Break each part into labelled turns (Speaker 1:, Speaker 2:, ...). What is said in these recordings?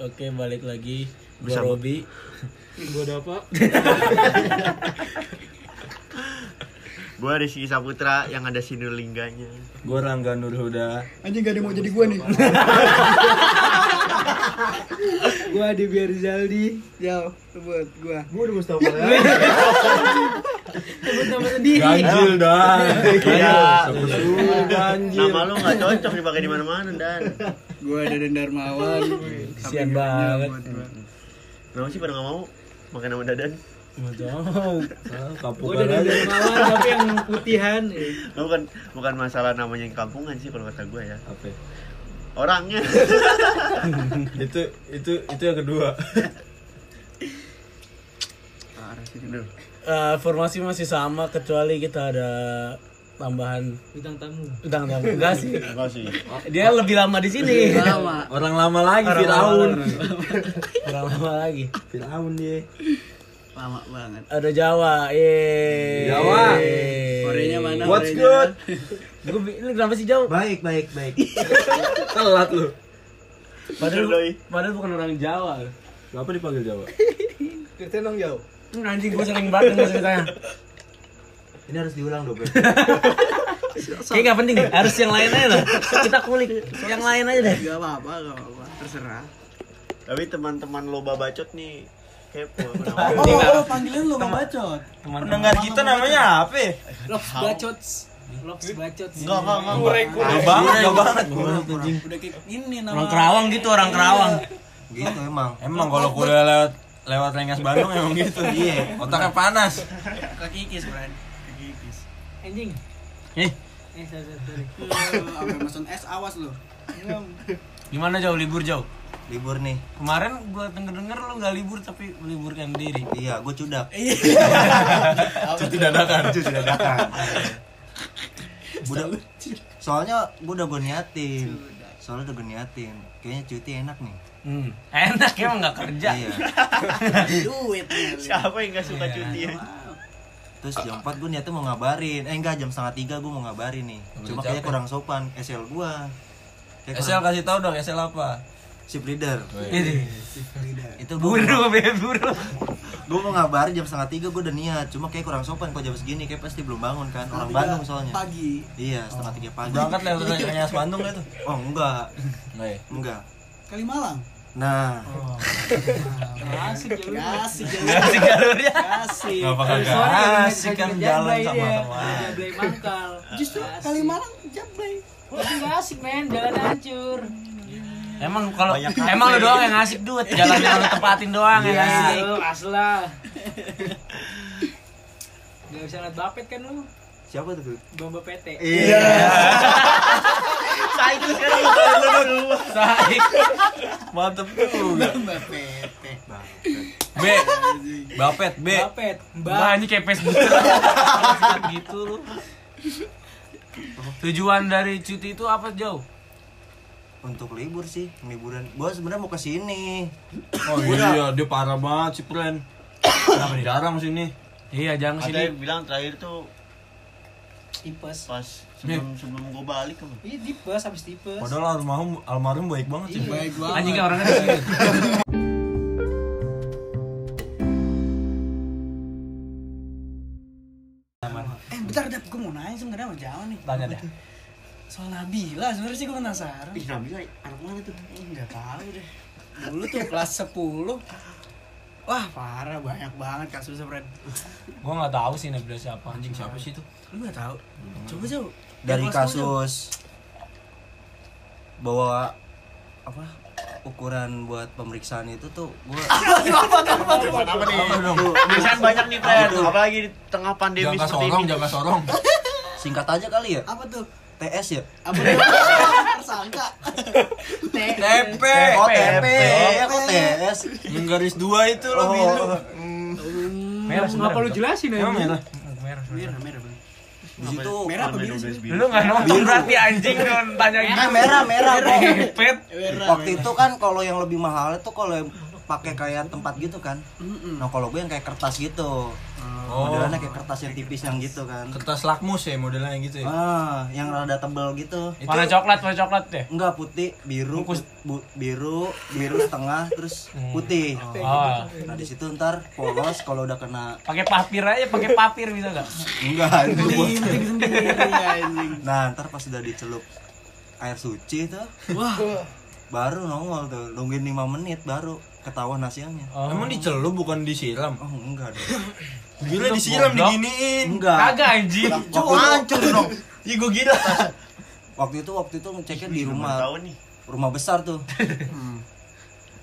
Speaker 1: Oke, balik lagi gua
Speaker 2: Bersama-
Speaker 1: Robi.
Speaker 3: Gua ada apa?
Speaker 2: Gua Rizky Saputra yang ada sinulingganya.
Speaker 4: Gue Rangga Nurhuda.
Speaker 5: Anjing gak ada yang mau jadi gue nih.
Speaker 3: Gua ada biar Zaldi.
Speaker 5: Ya, buat Ya. gue.
Speaker 3: Gua udah Mustafa. Sebut nama sendiri.
Speaker 4: Ganjil dah.
Speaker 2: Iya.
Speaker 4: Sudah ganjil.
Speaker 2: Nama lu nggak cocok dipakai di mana-mana dan.
Speaker 5: Gue ada Dendarmawan.
Speaker 1: Kesian banget.
Speaker 2: Kenapa sih pada nggak mau makan nama Dadan?
Speaker 1: Mau tahu. Ah,
Speaker 3: Gua ada
Speaker 1: Kapukan aja.
Speaker 3: dari Mawan tapi yang putihan.
Speaker 2: Lu bukan bukan masalah namanya yang kampungan sih kalau kata gua ya.
Speaker 4: Apa? ya?
Speaker 2: Orangnya.
Speaker 4: Itu itu itu yang kedua.
Speaker 2: Aduh.
Speaker 1: Eh, formasi masih sama kecuali kita ada tambahan
Speaker 3: Bintang tamu.
Speaker 1: Udah enggak enggak sih.
Speaker 2: Makasih.
Speaker 1: Dia lebih lama di sini.
Speaker 5: Lama.
Speaker 4: Orang lama lagi
Speaker 1: Orang
Speaker 4: Firaun.
Speaker 1: lama- Orang lama lagi.
Speaker 4: Firaun dia.
Speaker 5: Lama banget.
Speaker 1: Ada Jawa. Yeay.
Speaker 4: Jawa.
Speaker 3: Eh,
Speaker 5: Korenya mana?
Speaker 4: What's
Speaker 5: korenya?
Speaker 4: good?
Speaker 1: Gua bi- ini kenapa sih Jawa?
Speaker 4: Baik baik baik. Telat lu.
Speaker 2: Padahal doi.
Speaker 1: Padahal, padahal bukan orang Jawa.
Speaker 4: Kenapa dipanggil Jawa?
Speaker 3: Kita nong jauh.
Speaker 1: Hmm, Anjing gue sering banget denger ceritanya.
Speaker 4: Ini harus diulang dong.
Speaker 1: Kayaknya nggak penting deh. Harus yang lain aja lah. Kita kulik yang lain aja deh.
Speaker 5: Gak apa-apa, gak apa-apa. Terserah.
Speaker 2: Tapi teman-teman loba bacot nih kepo.
Speaker 1: Oh, Ini nggak-
Speaker 5: panggilan lo gak bacot.
Speaker 4: Pendengar kita namanya apa? ya?
Speaker 3: Lobs bacot. Lobs bacot.
Speaker 2: Enggak, enggak, enggak.
Speaker 4: Gak banget, gak banget.
Speaker 5: Udah kayak Iya. gini
Speaker 1: Iya, Orang Kerawang gitu, orang Kerawang.
Speaker 4: Gitu emang. Emang kalau kuliah lewat lewat Rengas Bandung emang gitu. Iya. Otaknya panas.
Speaker 5: Kaki kikis, Bran. Kaki kikis.
Speaker 3: Anjing.
Speaker 4: Eh,
Speaker 3: Eh, sorry, sorry, sorry.
Speaker 5: Apa maksud S awas lo. Iya,
Speaker 1: Gimana jauh libur jauh?
Speaker 6: libur nih
Speaker 1: Kemarin gua denger-denger lu nggak libur tapi meliburkan diri.
Speaker 6: iya gue cudak
Speaker 4: cuti dadakan.
Speaker 6: cuci dadakan udah soalnya gue udah gue niatin soalnya udah gue niatin kayaknya cuti enak nih
Speaker 1: Hmm. Enak emang nggak
Speaker 4: Ya.
Speaker 1: kerja.
Speaker 6: iya
Speaker 5: Duit.
Speaker 2: Siapa yang nggak suka cuti ya?
Speaker 6: terus jam 4 gue niatnya mau ngabarin eh enggak jam setengah tiga gue mau ngabarin nih cuma kayaknya kurang sopan SL gue Eh,
Speaker 4: SL kasih tahu dong SL apa?
Speaker 6: ship leader
Speaker 4: Oh,
Speaker 1: Jadi
Speaker 4: iya.
Speaker 6: itu gue
Speaker 1: buru be buru.
Speaker 6: gue mau ngabarin jam setengah tiga gue udah niat cuma kayak kurang sopan kalau jam segini kayak pasti belum bangun kan orang Bandung soalnya
Speaker 5: Pagi.
Speaker 6: iya setengah tiga pagi
Speaker 4: Berangkat lewat Rengas Bandung gak tuh?
Speaker 6: oh enggak
Speaker 4: Nggak ya?
Speaker 6: enggak
Speaker 5: Kali Malang.
Speaker 6: nah
Speaker 3: Asik
Speaker 5: Iya,
Speaker 3: jauh.
Speaker 5: Kasih
Speaker 1: Kasih
Speaker 5: jalan.
Speaker 1: jalurnya.
Speaker 5: Kasih.
Speaker 4: Ngapa
Speaker 3: Sorry,
Speaker 4: kagak
Speaker 3: sorry,
Speaker 4: asik
Speaker 3: ada
Speaker 4: kan
Speaker 3: meja
Speaker 4: jalan
Speaker 3: jablay
Speaker 4: sama
Speaker 3: dia.
Speaker 4: teman
Speaker 3: Ada jablay mangkal.
Speaker 5: Justru
Speaker 3: Asik.
Speaker 5: Kali Malang jablay.
Speaker 3: Tapi nggak asik men, jalan hancur.
Speaker 1: Emang kalau emang lu doang yang asik duit, jalan yang lu tepatin doang yang asik.
Speaker 3: Iya, Lu pas lah. Gak bisa ngeliat bapet kan lu?
Speaker 6: siapa tuh Bud?
Speaker 3: Bomba PT.
Speaker 6: Iya.
Speaker 1: Saik.
Speaker 4: Mantep juga
Speaker 5: Mbak Pepe.
Speaker 4: B Bapet B
Speaker 3: Bapet.
Speaker 1: Bah,
Speaker 3: Mbak.
Speaker 1: Nah, ini kayak Facebook Sikat gitu lu. Tujuan dari cuti itu apa jauh?
Speaker 6: untuk libur sih liburan gua sebenarnya mau ke sini
Speaker 4: Oh iya dia parah banget si Pren Kenapa nih jarang sini
Speaker 1: Iya, jangan
Speaker 2: Ada
Speaker 1: sini.
Speaker 2: yang bilang terakhir tuh
Speaker 3: Tipes.
Speaker 2: pas sebelum sebelum gue balik kan.
Speaker 3: Iya tipes habis tipes.
Speaker 4: Padahal almarhum almarhum baik banget sih
Speaker 5: Baik banget.
Speaker 1: Anjing kan orangnya di sini.
Speaker 5: Eh bentar dap, gue mau nanya sebenarnya sama Jawa nih. Tanya deh. Soal Nabila sebenarnya sih gue penasaran.
Speaker 2: Ih, Nabila anak mana tuh?
Speaker 5: Enggak tahu deh. Dulu tuh kelas 10 Wah parah banyak banget kasusnya Fred.
Speaker 1: Gua enggak tahu sih Nabila siapa. Anjing siapa sih itu?
Speaker 5: Lu gak tahu? Coba coba.
Speaker 6: dari
Speaker 5: Yang kelas sepuluh,
Speaker 6: kasus bawa apa ukuran buat pemeriksaan itu tuh gua
Speaker 2: Apa nih?
Speaker 4: Apa dong?
Speaker 2: Pemeriksaan banyak nih, Pren. Apalagi di tengah pandemi
Speaker 4: Jangka
Speaker 2: seperti
Speaker 4: sorong,
Speaker 2: Iya, ini.
Speaker 4: jangka sorong
Speaker 6: singkat aja kali ya
Speaker 5: Jawa. Apa tuh?
Speaker 6: TS ya
Speaker 5: Apa tuh? Tersangka.
Speaker 4: TP
Speaker 6: oh TP
Speaker 2: TP.
Speaker 6: kok TS
Speaker 4: Yang garis dua itu lo
Speaker 6: Oh,
Speaker 4: biru
Speaker 1: Merah
Speaker 3: Hmm, Ngapa lu jelasin ya?
Speaker 4: Emang merah?
Speaker 5: Merah merah. merah.
Speaker 6: di situ
Speaker 5: Merah apa biru sih?
Speaker 1: Lu enggak nonton berarti anjing lu tanya
Speaker 6: nah
Speaker 1: gitu.
Speaker 6: merah merah kok
Speaker 1: Pet.
Speaker 6: waktu itu kan kalau yang lebih mahal itu kalau yang pakai kayak tempat gitu kan nah kalau gue yang kayak kertas gitu
Speaker 4: Oh.
Speaker 6: modelannya kayak kertas yang tipis yang gitu kan
Speaker 4: kertas lakmus ya modelnya yang gitu ya
Speaker 6: ah yang rada tebel gitu
Speaker 4: Itu-
Speaker 3: warna coklat warna coklat deh
Speaker 6: enggak putih biru put-
Speaker 3: Bungkus.
Speaker 6: bu- biru biru setengah terus putih
Speaker 3: oh
Speaker 6: nah di situ ntar polos kalau udah kena
Speaker 3: pakai papir aja pakai papir bisa nggak
Speaker 6: enggak itu buat
Speaker 5: Iya, anjing.
Speaker 6: Nah ntar pas udah dicelup air suci tuh Wah Baru nongol tuh Nungguin 5 menit baru ketahuan hasilnya
Speaker 3: Oh.
Speaker 4: emang dicelup bukan disiram
Speaker 6: Oh enggak dong
Speaker 4: gila disiram
Speaker 3: goblok.
Speaker 4: diginiin
Speaker 5: Nah,
Speaker 6: Enggak
Speaker 3: kagak anjing
Speaker 6: Waktu itu,
Speaker 4: iya gua gila
Speaker 6: waktu itu waktu itu ngeceknya di rumah
Speaker 2: Tahu nih.
Speaker 6: Rumah besar tuh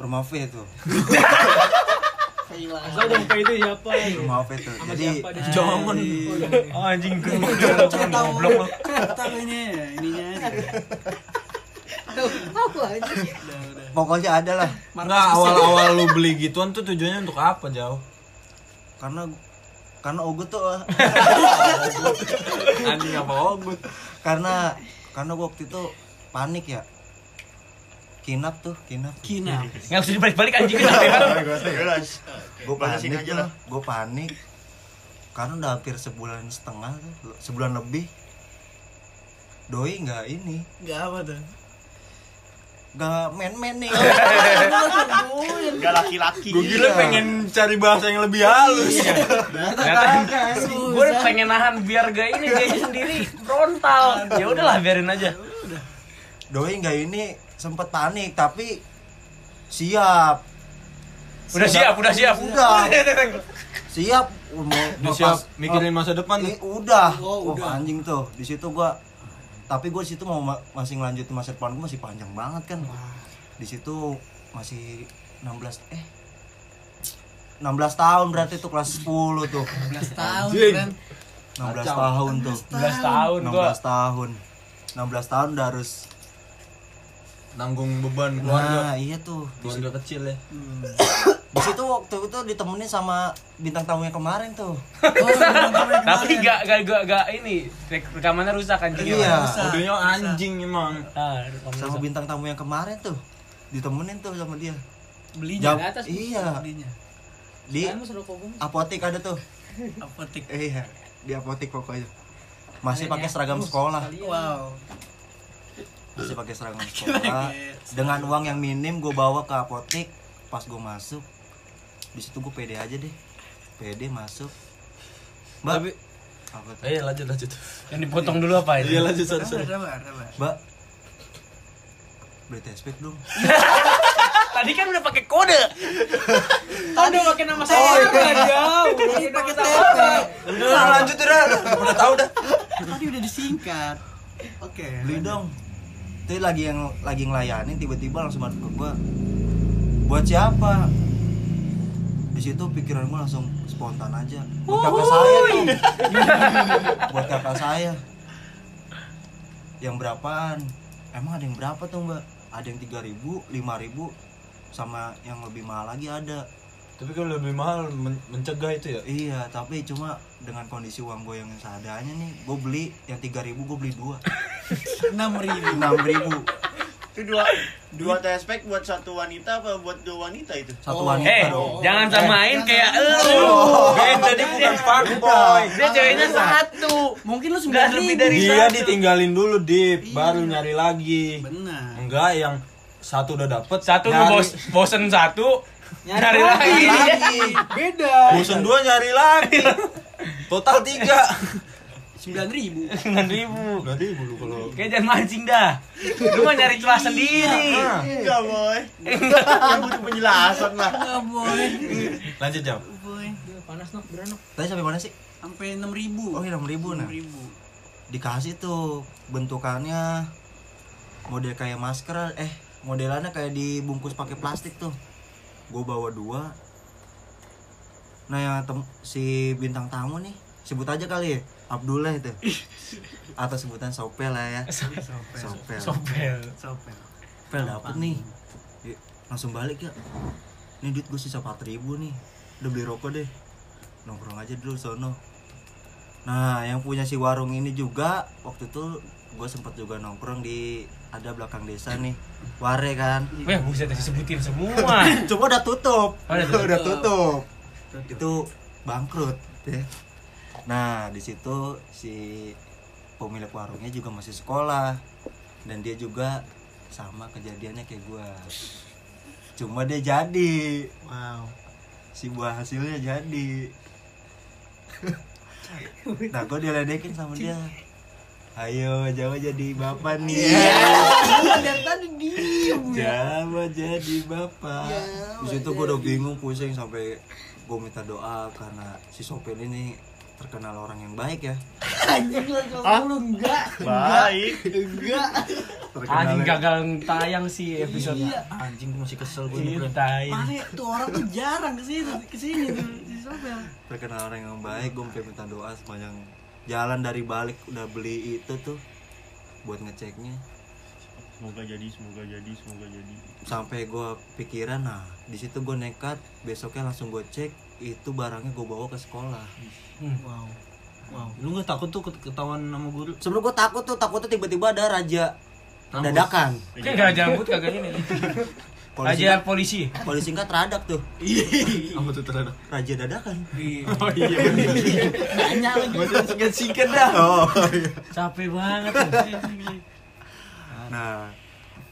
Speaker 6: Rumah V tuh
Speaker 3: asal dong Pak, itu siapa
Speaker 6: Rumah V tuh
Speaker 3: Sama
Speaker 6: Jadi
Speaker 3: siapa di-
Speaker 5: eh,
Speaker 4: jangan
Speaker 3: oh, anjing gue
Speaker 5: Cerita
Speaker 3: goblok lo
Speaker 5: Cerita lu ini ininya.
Speaker 6: pokoknya ada lah
Speaker 4: Enggak, awal-awal lu beli gituan tuh tujuannya untuk apa, Jauh?
Speaker 6: Karena karena ogut tuh
Speaker 4: Anjing apa ogut?
Speaker 6: Karena karena gua waktu itu panik ya Kinap tuh, kinap Iya,
Speaker 5: Kina.
Speaker 3: nggak usah dibalik-balik anjing kan
Speaker 2: Jelas.
Speaker 6: gue
Speaker 2: Batasin
Speaker 6: panik
Speaker 2: aja lah.
Speaker 6: gue panik karena udah hampir sebulan setengah tuh sebulan lebih doi nggak ini
Speaker 5: Enggak apa tuh.
Speaker 6: nggak main-main nih
Speaker 2: Gak laki-laki.
Speaker 4: Gua gila pengen cari bahasa yang lebih halus.
Speaker 5: eh,
Speaker 3: gue pengen nahan biar gak ini dia aja sendiri frontal ya udahlah biarin aja
Speaker 6: doi nggak ini sempet panik tapi siap
Speaker 3: udah siap udah siap
Speaker 6: Udah. siap mau
Speaker 4: Udah
Speaker 6: mau
Speaker 4: siap
Speaker 6: pas-
Speaker 4: mikirin masa depan.
Speaker 6: Eh, udah Wah,
Speaker 5: Oh, udah.
Speaker 6: anjing tuh di situ gua tapi gue di situ mau ma- masih ngelanjutin masa depan gue masih panjang banget kan di situ masih 16 eh 16 tahun berarti tuh kelas 10 tuh
Speaker 5: 16 tahun
Speaker 4: Anjing.
Speaker 5: kan.
Speaker 6: 16 tahun tuh
Speaker 3: 11 tahun
Speaker 6: 16
Speaker 3: gue
Speaker 6: tahun 16 tahun udah harus
Speaker 4: Nanggung beban keluarga.
Speaker 6: nah iya tuh di situ-
Speaker 4: Keluarga kecil ya.
Speaker 6: di situ waktu itu ditemenin sama bintang tamunya kemarin tuh
Speaker 3: tapi gak gak gak gak ini rek- rekamannya rusak anjing
Speaker 6: iya
Speaker 4: Modelnya anjing emang.
Speaker 3: Ah, rekam
Speaker 6: sama
Speaker 3: rusak.
Speaker 6: bintang tamu yang kemarin tuh ditemenin tuh sama dia
Speaker 5: Belinya
Speaker 6: Jam-
Speaker 5: ke atas.
Speaker 6: iya.
Speaker 5: Belinya.
Speaker 6: di
Speaker 3: Kan, suruh kobong.
Speaker 6: apotek ada tuh
Speaker 5: Apotek.
Speaker 6: Eh, iya di apotek pokoknya masih pakai seragam sekolah
Speaker 5: Wow.
Speaker 6: masih pakai seragam sekolah dengan uang yang minim gue bawa ke apotek pas gue masuk di situ gue pede aja deh pede masuk mbak
Speaker 4: Tapi
Speaker 6: apa tuh?
Speaker 4: eh lanjut lanjut.
Speaker 3: yang dipotong dulu
Speaker 4: Iya
Speaker 3: apa ini
Speaker 4: lanjut sorry
Speaker 5: Sabar,
Speaker 4: sorry.
Speaker 5: sabar, sabar.
Speaker 6: mbak beli tespek dong
Speaker 3: tadi kan udah pakai kode
Speaker 5: Tadi pakai nama saya.
Speaker 3: jauh
Speaker 5: Pakai tepet.
Speaker 4: Udah lanjut udah. Udah tahu dah.
Speaker 5: Tadi udah disingkat. Oke.
Speaker 6: beli dong itu lagi yang lagi ngelayanin tiba-tiba langsung masuk ke gue buat siapa di situ pikiran gue langsung spontan aja buat kakak saya dong buat kakak saya yang berapaan emang ada yang berapa tuh mbak ada yang tiga ribu lima ribu sama yang lebih mahal lagi ada
Speaker 4: Tapi kalau lebih mahal men- mencegah itu ya.
Speaker 6: iya tapi cuma dengan kondisi uang gue yang seadanya nih gue beli yang tiga ribu gue beli dua
Speaker 5: 6000.
Speaker 6: enam ribu
Speaker 2: Itu dua dua tespek buat satu wanita apa buat dua wanita itu?
Speaker 6: satu
Speaker 5: Oh.
Speaker 6: wanita
Speaker 3: eh
Speaker 6: dong
Speaker 3: jangan samain kayak "Eh, elu
Speaker 4: Beda dia Oh. bukan fuckboy.
Speaker 3: dia ceweknya satu
Speaker 5: Mungkin lu
Speaker 3: Nggak
Speaker 5: 9000.
Speaker 3: lebih dari-
Speaker 4: Dia
Speaker 3: satu.
Speaker 4: ditinggalin dulu dip, baru nyari lagi.
Speaker 5: benar.
Speaker 4: Enggak yang satu udah dapet
Speaker 3: satu lu
Speaker 4: nyari-
Speaker 3: bos bosen satu nyari lagi
Speaker 5: Beda.
Speaker 4: bosen dua nyari lagi total tiga
Speaker 5: 9000.
Speaker 3: sembilan ribu
Speaker 4: berarti dulu kalau
Speaker 3: kayak jangan mancing dah lu mah nyari celah sendiri
Speaker 4: Nah,
Speaker 2: Enggak boy. Enggak butuh penjelasan lah.
Speaker 5: Enggak, boy.
Speaker 4: lanjut jam
Speaker 5: Boy.
Speaker 3: panas nok beran
Speaker 6: Tadi sampai mana sih?
Speaker 5: Sampai 6000.
Speaker 6: Oh, 6.000, nah.
Speaker 5: 6000.
Speaker 6: Dikasih tuh bentukannya model kayak masker, eh modelannya kayak dibungkus pakai plastik tuh. Gue bawa dua. Nah yang tem- si bintang tamu nih sebut aja kali ya Abdullah itu atau sebutan Sopel lah ya Sopel
Speaker 3: sobel
Speaker 5: Sopel.
Speaker 6: Pel dapet nih Yuk, langsung balik ya Nih duit gue sisa 4000 nih Udah beli rokok deh Nongkrong aja dulu sono Nah yang punya si warung ini juga Waktu itu gue sempet juga nongkrong di Ada belakang desa nih Ware kan
Speaker 3: Wah, buset disebutin semua.
Speaker 6: Cuma udah tutup
Speaker 3: Oh, udah tutup.
Speaker 6: tutup Itu bangkrut ya. Nah, di situ si pemilik warungnya juga masih sekolah dan dia juga sama kejadiannya kayak gua. Cuma dia jadi. Wow. Si buah hasilnya jadi. nah, gua diledekin sama dia. Ayo, Jawa jadi bapak nih.
Speaker 5: dari tadi diem
Speaker 6: Jawa jadi bapak. di situ gue udah bingung pusing sampai gue minta doa karena si sopir ini terkenal orang yang baik ya.
Speaker 5: anjing lu kalau lu enggak
Speaker 2: Baik.
Speaker 5: enggak
Speaker 6: Ah,
Speaker 3: Anjing gagal tayang sih episode Iya,
Speaker 5: iya
Speaker 6: Anjing gua masih kesel gue nih. Bro.
Speaker 3: ceritain.
Speaker 5: mana tuh orang tuh jarang kesini kesini di- di Sobel
Speaker 6: Terkenal orang yang baik, gue sampai minta doa sepanjang jalan dari balik udah beli itu tuh buat ngeceknya
Speaker 2: Semoga jadi, semoga jadi, semoga jadi.
Speaker 6: sampai gue pikiran nah di situ gue nekat besoknya langsung gue cek itu barangnya gue bawa ke sekolah
Speaker 5: wow wow
Speaker 4: Lu gak takut tuh ket- ketahuan sama guru?
Speaker 6: sebelum gue takut tuh takutnya tiba-tiba ada raja dadakan
Speaker 3: Kayak gak jambut kagak ini.
Speaker 6: Kalau di
Speaker 3: Aja polisi.
Speaker 6: Kalau disingkat radak tuh.
Speaker 4: Apa tuh terhadap?
Speaker 6: Raja dadakan.
Speaker 4: Oh iya.
Speaker 5: banyak lagi
Speaker 4: Singkat-singkat dah.
Speaker 6: Oh. Iya.
Speaker 3: Capek banget.
Speaker 6: Nah,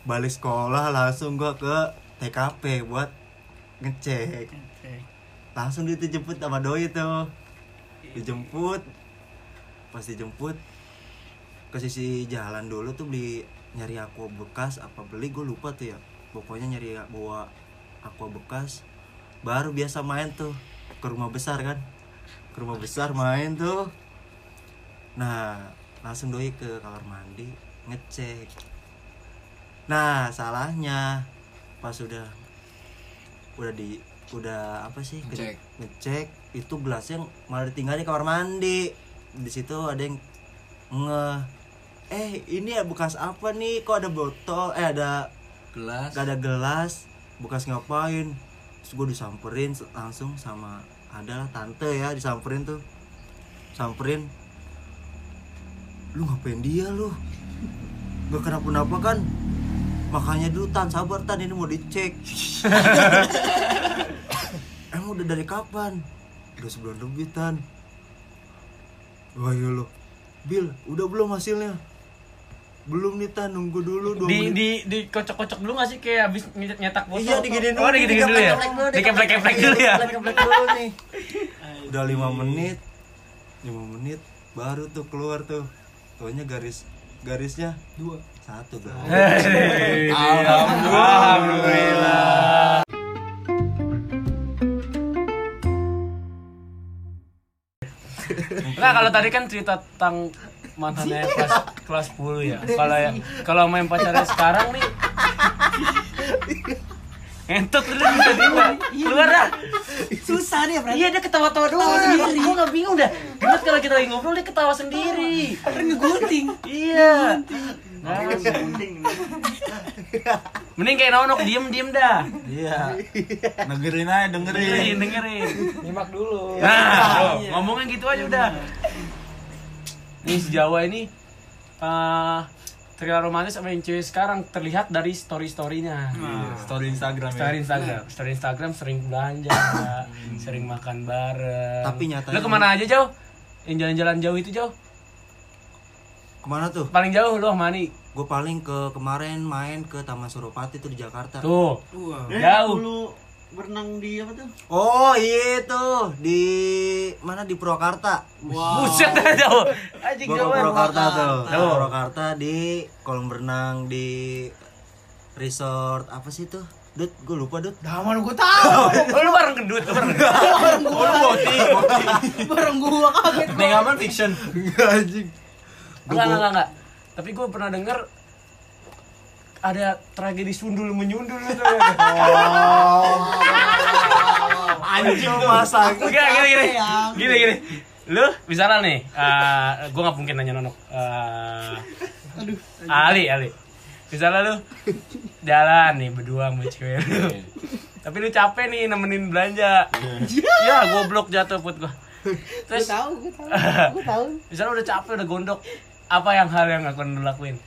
Speaker 6: balik sekolah langsung gua ke TKP buat ngecek. Langsung dia dijemput sama doi tuh. Dijemput. Pas dijemput ke sisi jalan dulu tuh beli nyari aqua bekas apa beli gue lupa tuh ya. Pokoknya nyari bawa aqua bekas baru biasa main tuh ke rumah besar kan. Ke rumah besar main tuh. Nah, langsung doi ke kamar mandi ngecek. Nah, salahnya pas udah udah di udah apa sih ke-
Speaker 4: Ngecek.
Speaker 6: ngecek itu gelasnya malah ditinggal di kamar mandi. Di situ ada yang nge eh ini ya bekas apa nih kok ada botol eh ada
Speaker 4: Kelas.
Speaker 6: gak ada gelas bekas ngapain terus gue disamperin langsung sama adalah tante ya disamperin tuh samperin lu ngapain dia lu gak kenapa napa kan makanya dulu tan sabar tan ini mau dicek emang udah dari kapan udah sebulan lebih tan wah iya lu Bil, udah belum hasilnya? Belum nih Tan, nunggu dulu dua
Speaker 3: Di
Speaker 6: menit.
Speaker 3: di di kocok-kocok dulu gak sih kayak habis nyetak nyetak botol.
Speaker 6: Iya diginiin
Speaker 3: dulu. Oh, diginiin dulu ya.
Speaker 6: dikeplek-keplek dulu,
Speaker 3: Dikeplek-keplek dulu ya.
Speaker 6: dikeplek-keplek dulu nih. Udah lima menit, lima menit baru tuh keluar tuh. Tuanya garis garisnya dua satu guys.
Speaker 3: Alhamdulillah. Nah kalau tadi kan cerita tentang mantannya kelas kelas 10 ya. Kalau ya, kalau main pacarnya sekarang nih Entot lu bisa tiba. Keluar dah.
Speaker 5: susah nih berarti
Speaker 3: Iya dia ketawa-tawa doang sendiri. Gua nggak bingung dah. Bener kalau kita lagi ngobrol dia ketawa sendiri.
Speaker 5: Ntar Kan ngegunting
Speaker 3: Iya. Nah, mending kayak nonok diem-diem dah.
Speaker 4: Iya. Dengerin aja, dengerin.
Speaker 3: dengerin dengerin
Speaker 7: nyimak dulu
Speaker 3: nah ngomongnya gitu aja udah nih si Jawa ini eh terlalu romantis sama yang cewek sekarang terlihat dari story storynya
Speaker 4: Story Instagram ya.
Speaker 3: story Instagram story Instagram sering belanja sering makan bareng
Speaker 6: Tapi nyatanya-
Speaker 3: lu kemana aja jauh yang jalan-jalan jauh itu jauh
Speaker 6: Kemana tuh?
Speaker 3: paling jauh lu sama Ani
Speaker 6: Gue paling ke kemarin main ke Taman Suropati tuh di Jakarta.
Speaker 3: tuh
Speaker 5: wow
Speaker 2: Eh,
Speaker 3: Jauh.
Speaker 2: Lu berenang di apa tuh?
Speaker 6: Oh iya tuh di mana di Purwakarta.
Speaker 3: buset dah jauh anjing
Speaker 6: Gue ke
Speaker 3: jauh
Speaker 6: Purwakarta tuh.
Speaker 3: Tuh.
Speaker 6: Purwakarta di kolam renang di resort apa sih tuh? Dut, gue lupa Dut.
Speaker 5: dah mana gua tahu
Speaker 3: Oh, lu bareng gendut lu bareng gendut
Speaker 5: bareng gua bareng gua kaget
Speaker 4: Nih ngapain fiction?
Speaker 6: Enggak anjing.
Speaker 3: Enggak, enggak, enggak. Tapi gue pernah denger ada tragedi sundul menyundul gitu ya. itu.
Speaker 6: Anjing masa
Speaker 3: Enggak, gini, gini.
Speaker 5: sayang.
Speaker 3: Gini, gini. Lu misalnya nih, eh gue gak mungkin nanya nonok. eh
Speaker 5: aduh
Speaker 3: Ali, Ali. Misalnya lu jalan nih berdua sama cewek lu. Tapi lu capek nih nemenin belanja. ya, goblok jatuh put
Speaker 5: gua
Speaker 3: gua. Terus
Speaker 5: tahu gua tahu gua tahu
Speaker 3: misalnya udah capek udah gondok, apa yang hal yang akan lu lakuin?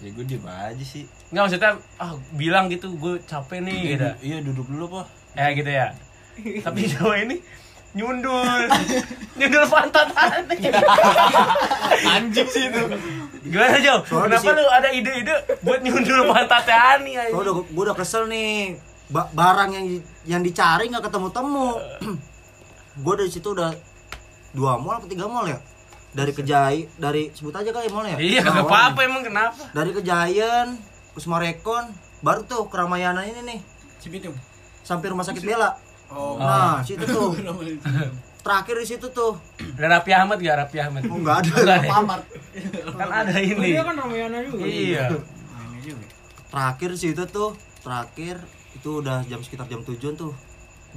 Speaker 4: Ya gue diem aja sih.
Speaker 3: Enggak maksudnya ah bilang gitu gue capek nih gitu.
Speaker 4: Iya duduk dulu apa?
Speaker 3: Ya gitu ya. Tapi cowok ini nyundul nyundul pantat aneh anjing sih itu gimana Jo?
Speaker 6: Soalnya di
Speaker 3: kenapa
Speaker 6: si-
Speaker 3: lu ada ide-ide buat nyundul pantat Ani anjing?
Speaker 6: Gua udah, gua udah kesel nih. Ba- barang yang yang dicari nggak ketemu-temu. gua dari situ udah dua mall atau tiga mall ya? Dari Kejai, dari sebut aja kali mallnya.
Speaker 3: iya
Speaker 6: Nah, awalnya.
Speaker 3: nggak apa-apa emang kenapa
Speaker 6: Dari Kejayan, Kusmarekon, baru tuh keramaianan ini nih
Speaker 5: Cibitung.
Speaker 6: sampai rumah sakit Bella.
Speaker 5: Oh.
Speaker 6: Nah, situ tuh.
Speaker 5: Cibitung.
Speaker 6: Terakhir di situ tuh.
Speaker 3: ada Raffi Ahmad gak Raffi Ahmad
Speaker 6: Oh, enggak ada.
Speaker 3: Enggak ada.
Speaker 5: Pamar.
Speaker 3: kan ada ini
Speaker 5: Iya kan Ramayana juga.
Speaker 3: iya
Speaker 6: terakhir sih itu tuh terakhir itu udah jam sekitar jam tujuan tuh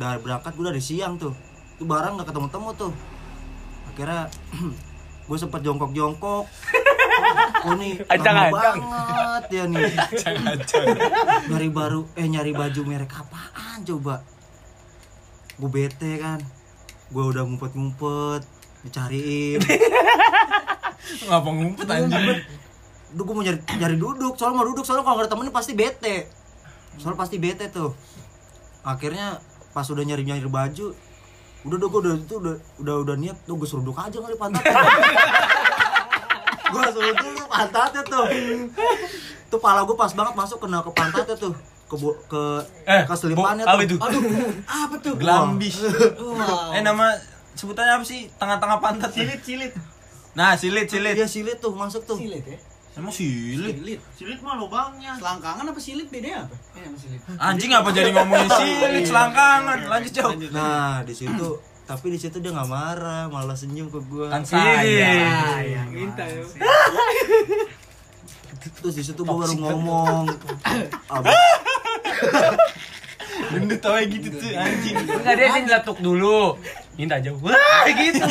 Speaker 6: udah berangkat gue dari siang tuh itu barang nggak ketemu temu tuh akhirnya gue sempet jongkok jongkok oh nih lama
Speaker 3: Acang-acang.
Speaker 6: banget ya nih nyari baru eh nyari baju merek apaan coba gue bete kan gue udah ngumpet ngumpet dicariin
Speaker 4: Ngapa ngumpet anjing?
Speaker 6: Duh gue mau nyari, nyari duduk, soalnya mau duduk, soalnya kalau nggak ada temennya pasti bete Soalnya pasti bete tuh Akhirnya pas udah nyari-nyari baju Udah dong gue udah, itu udah, udah, udah niat, tuh gue seruduk aja kali pantatnya Gue seruduk pantatnya tuh Tuh pala gue pas banget masuk kena ke pantatnya tuh Ke, bo- ke,
Speaker 3: Eh,
Speaker 6: ke selipannya
Speaker 3: bo- apa itu?
Speaker 6: Aduh,
Speaker 5: Apa tuh?
Speaker 4: Glambis.
Speaker 5: Wow.
Speaker 4: Eh nama sebutannya apa sih? Tengah-tengah pantat. Silit, silit. Nah, silit, silit.
Speaker 6: Iya silit tuh masuk tuh
Speaker 5: Silit ya.
Speaker 4: Emang silit?
Speaker 5: Silit.
Speaker 2: Silit mah lubangnya.
Speaker 5: Selangkangan apa silit bedanya apa? Iya, sama silit.
Speaker 4: Anjing apa jadi ngomongin silit selangkangan? Lanjut, jauh.
Speaker 6: Nah di situ, tapi di situ dia nggak marah, malah senyum ke gue
Speaker 4: Kan Iya, saya.
Speaker 5: Sayang, minta ya.
Speaker 6: terus di situ gue baru ngomong Ab-
Speaker 4: Gendut tau gitu tuh anjing.
Speaker 3: Enggak dia dia jatuh dulu. Minta jauh. Wah, gitu.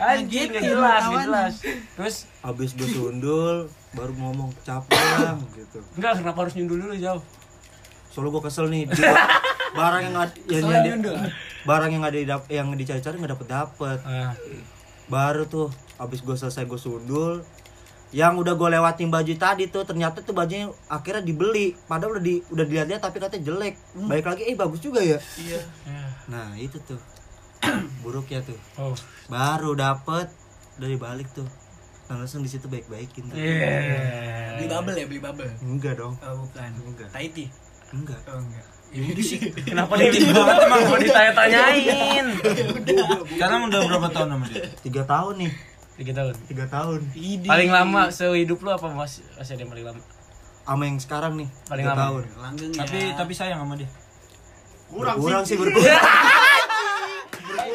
Speaker 3: Anjing
Speaker 5: Gitu,
Speaker 3: nggak jelas, nggak
Speaker 5: lawannya.
Speaker 3: jelas. Terus
Speaker 6: abis gue sundul baru ngomong capek Bang," gitu
Speaker 3: enggak kenapa harus nyundul dulu jauh?
Speaker 6: soalnya gue kesel nih dia- barang yang nggak- yang, yang di-
Speaker 5: nyundul.
Speaker 6: barang yang ada di dap- yang dicari-cari nggak dapet dapet
Speaker 3: Ah.
Speaker 6: baru tuh abis gue selesai gue sundul yang udah gue lewatin baju tadi tuh ternyata tuh bajunya akhirnya dibeli padahal udah di udah dilihat-lihat tapi katanya jelek baik lagi eh bagus juga ya
Speaker 5: Iya.
Speaker 6: nah itu tuh buruknya tuh
Speaker 3: Oh.
Speaker 6: baru dapet dari balik tuh langsung di situ baik-baikin tuh.
Speaker 5: Beli
Speaker 3: Iya.
Speaker 5: bubble ya, beli bubble.
Speaker 6: enggak dong
Speaker 5: Oh, bukan. Bukan. Tahiti.
Speaker 6: enggak
Speaker 5: Oh, enggak.
Speaker 3: Kenapa dia banget emang gua ditanya-tanyain?
Speaker 4: Karena udah berapa tahun sama dia?
Speaker 6: tiga tahun nih
Speaker 3: Tiga tahun.
Speaker 6: tiga tahun
Speaker 3: Paling lama sehidup lu apa Mas? Masih ada yang paling lama?
Speaker 6: sama yang sekarang nih
Speaker 3: Paling
Speaker 6: tiga
Speaker 3: lama.
Speaker 6: tahun
Speaker 5: Langgeng ya.
Speaker 4: Tapi tapi sayang sama dia.
Speaker 2: Kurang,
Speaker 6: kurang sih
Speaker 2: sih.
Speaker 6: berkurang